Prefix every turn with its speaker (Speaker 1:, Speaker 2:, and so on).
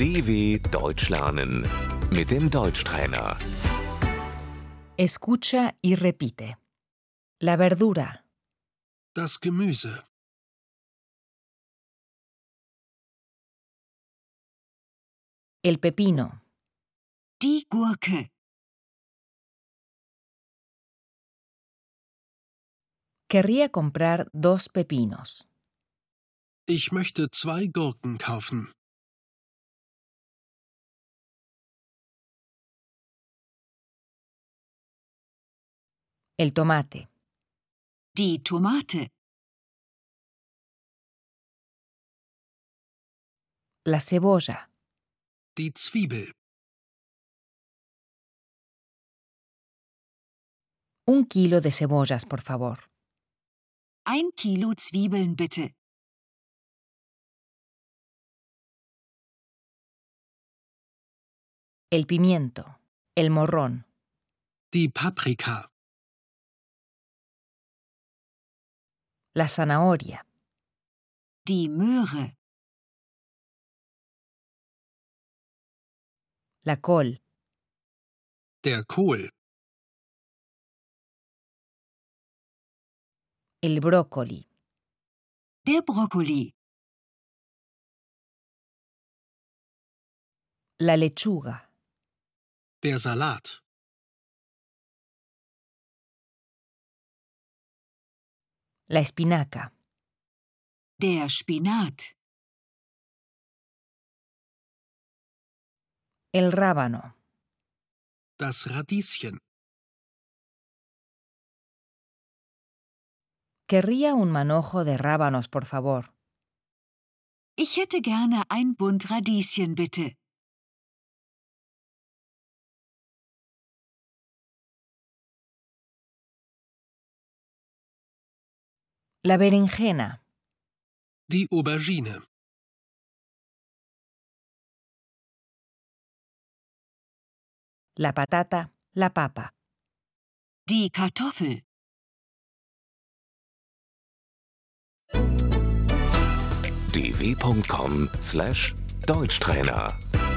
Speaker 1: DW Deutsch lernen mit dem Deutschtrainer.
Speaker 2: Escucha y repite. La verdura,
Speaker 3: Das Gemüse.
Speaker 2: el pepino,
Speaker 4: Die Gurke.
Speaker 2: querría comprar dos pepinos,
Speaker 3: Ich möchte zwei Gurken kaufen.
Speaker 2: el tomate,
Speaker 4: Die Tomate.
Speaker 2: la cebolla,
Speaker 3: Die Zwiebel.
Speaker 2: un kilo de cebollas, por favor,
Speaker 4: Ein Kilo Zwiebeln bitte.
Speaker 2: el pimiento, el morrón,
Speaker 3: Die Paprika.
Speaker 2: la zanahoria,
Speaker 4: Die Möhre.
Speaker 2: la col,
Speaker 3: Der Kohl.
Speaker 2: el brócoli,
Speaker 4: Der Brokkoli.
Speaker 2: la lechuga,
Speaker 3: Der Salat.
Speaker 2: la espinaca,
Speaker 4: Der Spinat.
Speaker 2: el rábano,
Speaker 3: Das Radieschen.
Speaker 2: querría un manojo de rábanos, por favor,
Speaker 4: Ich hätte gerne ein Bund Radieschen bitte.
Speaker 2: la berenjena,
Speaker 3: Die Aubergine.
Speaker 2: la patata, la papa,
Speaker 4: Die Kartoffel.
Speaker 1: dw.com/deutschtrainer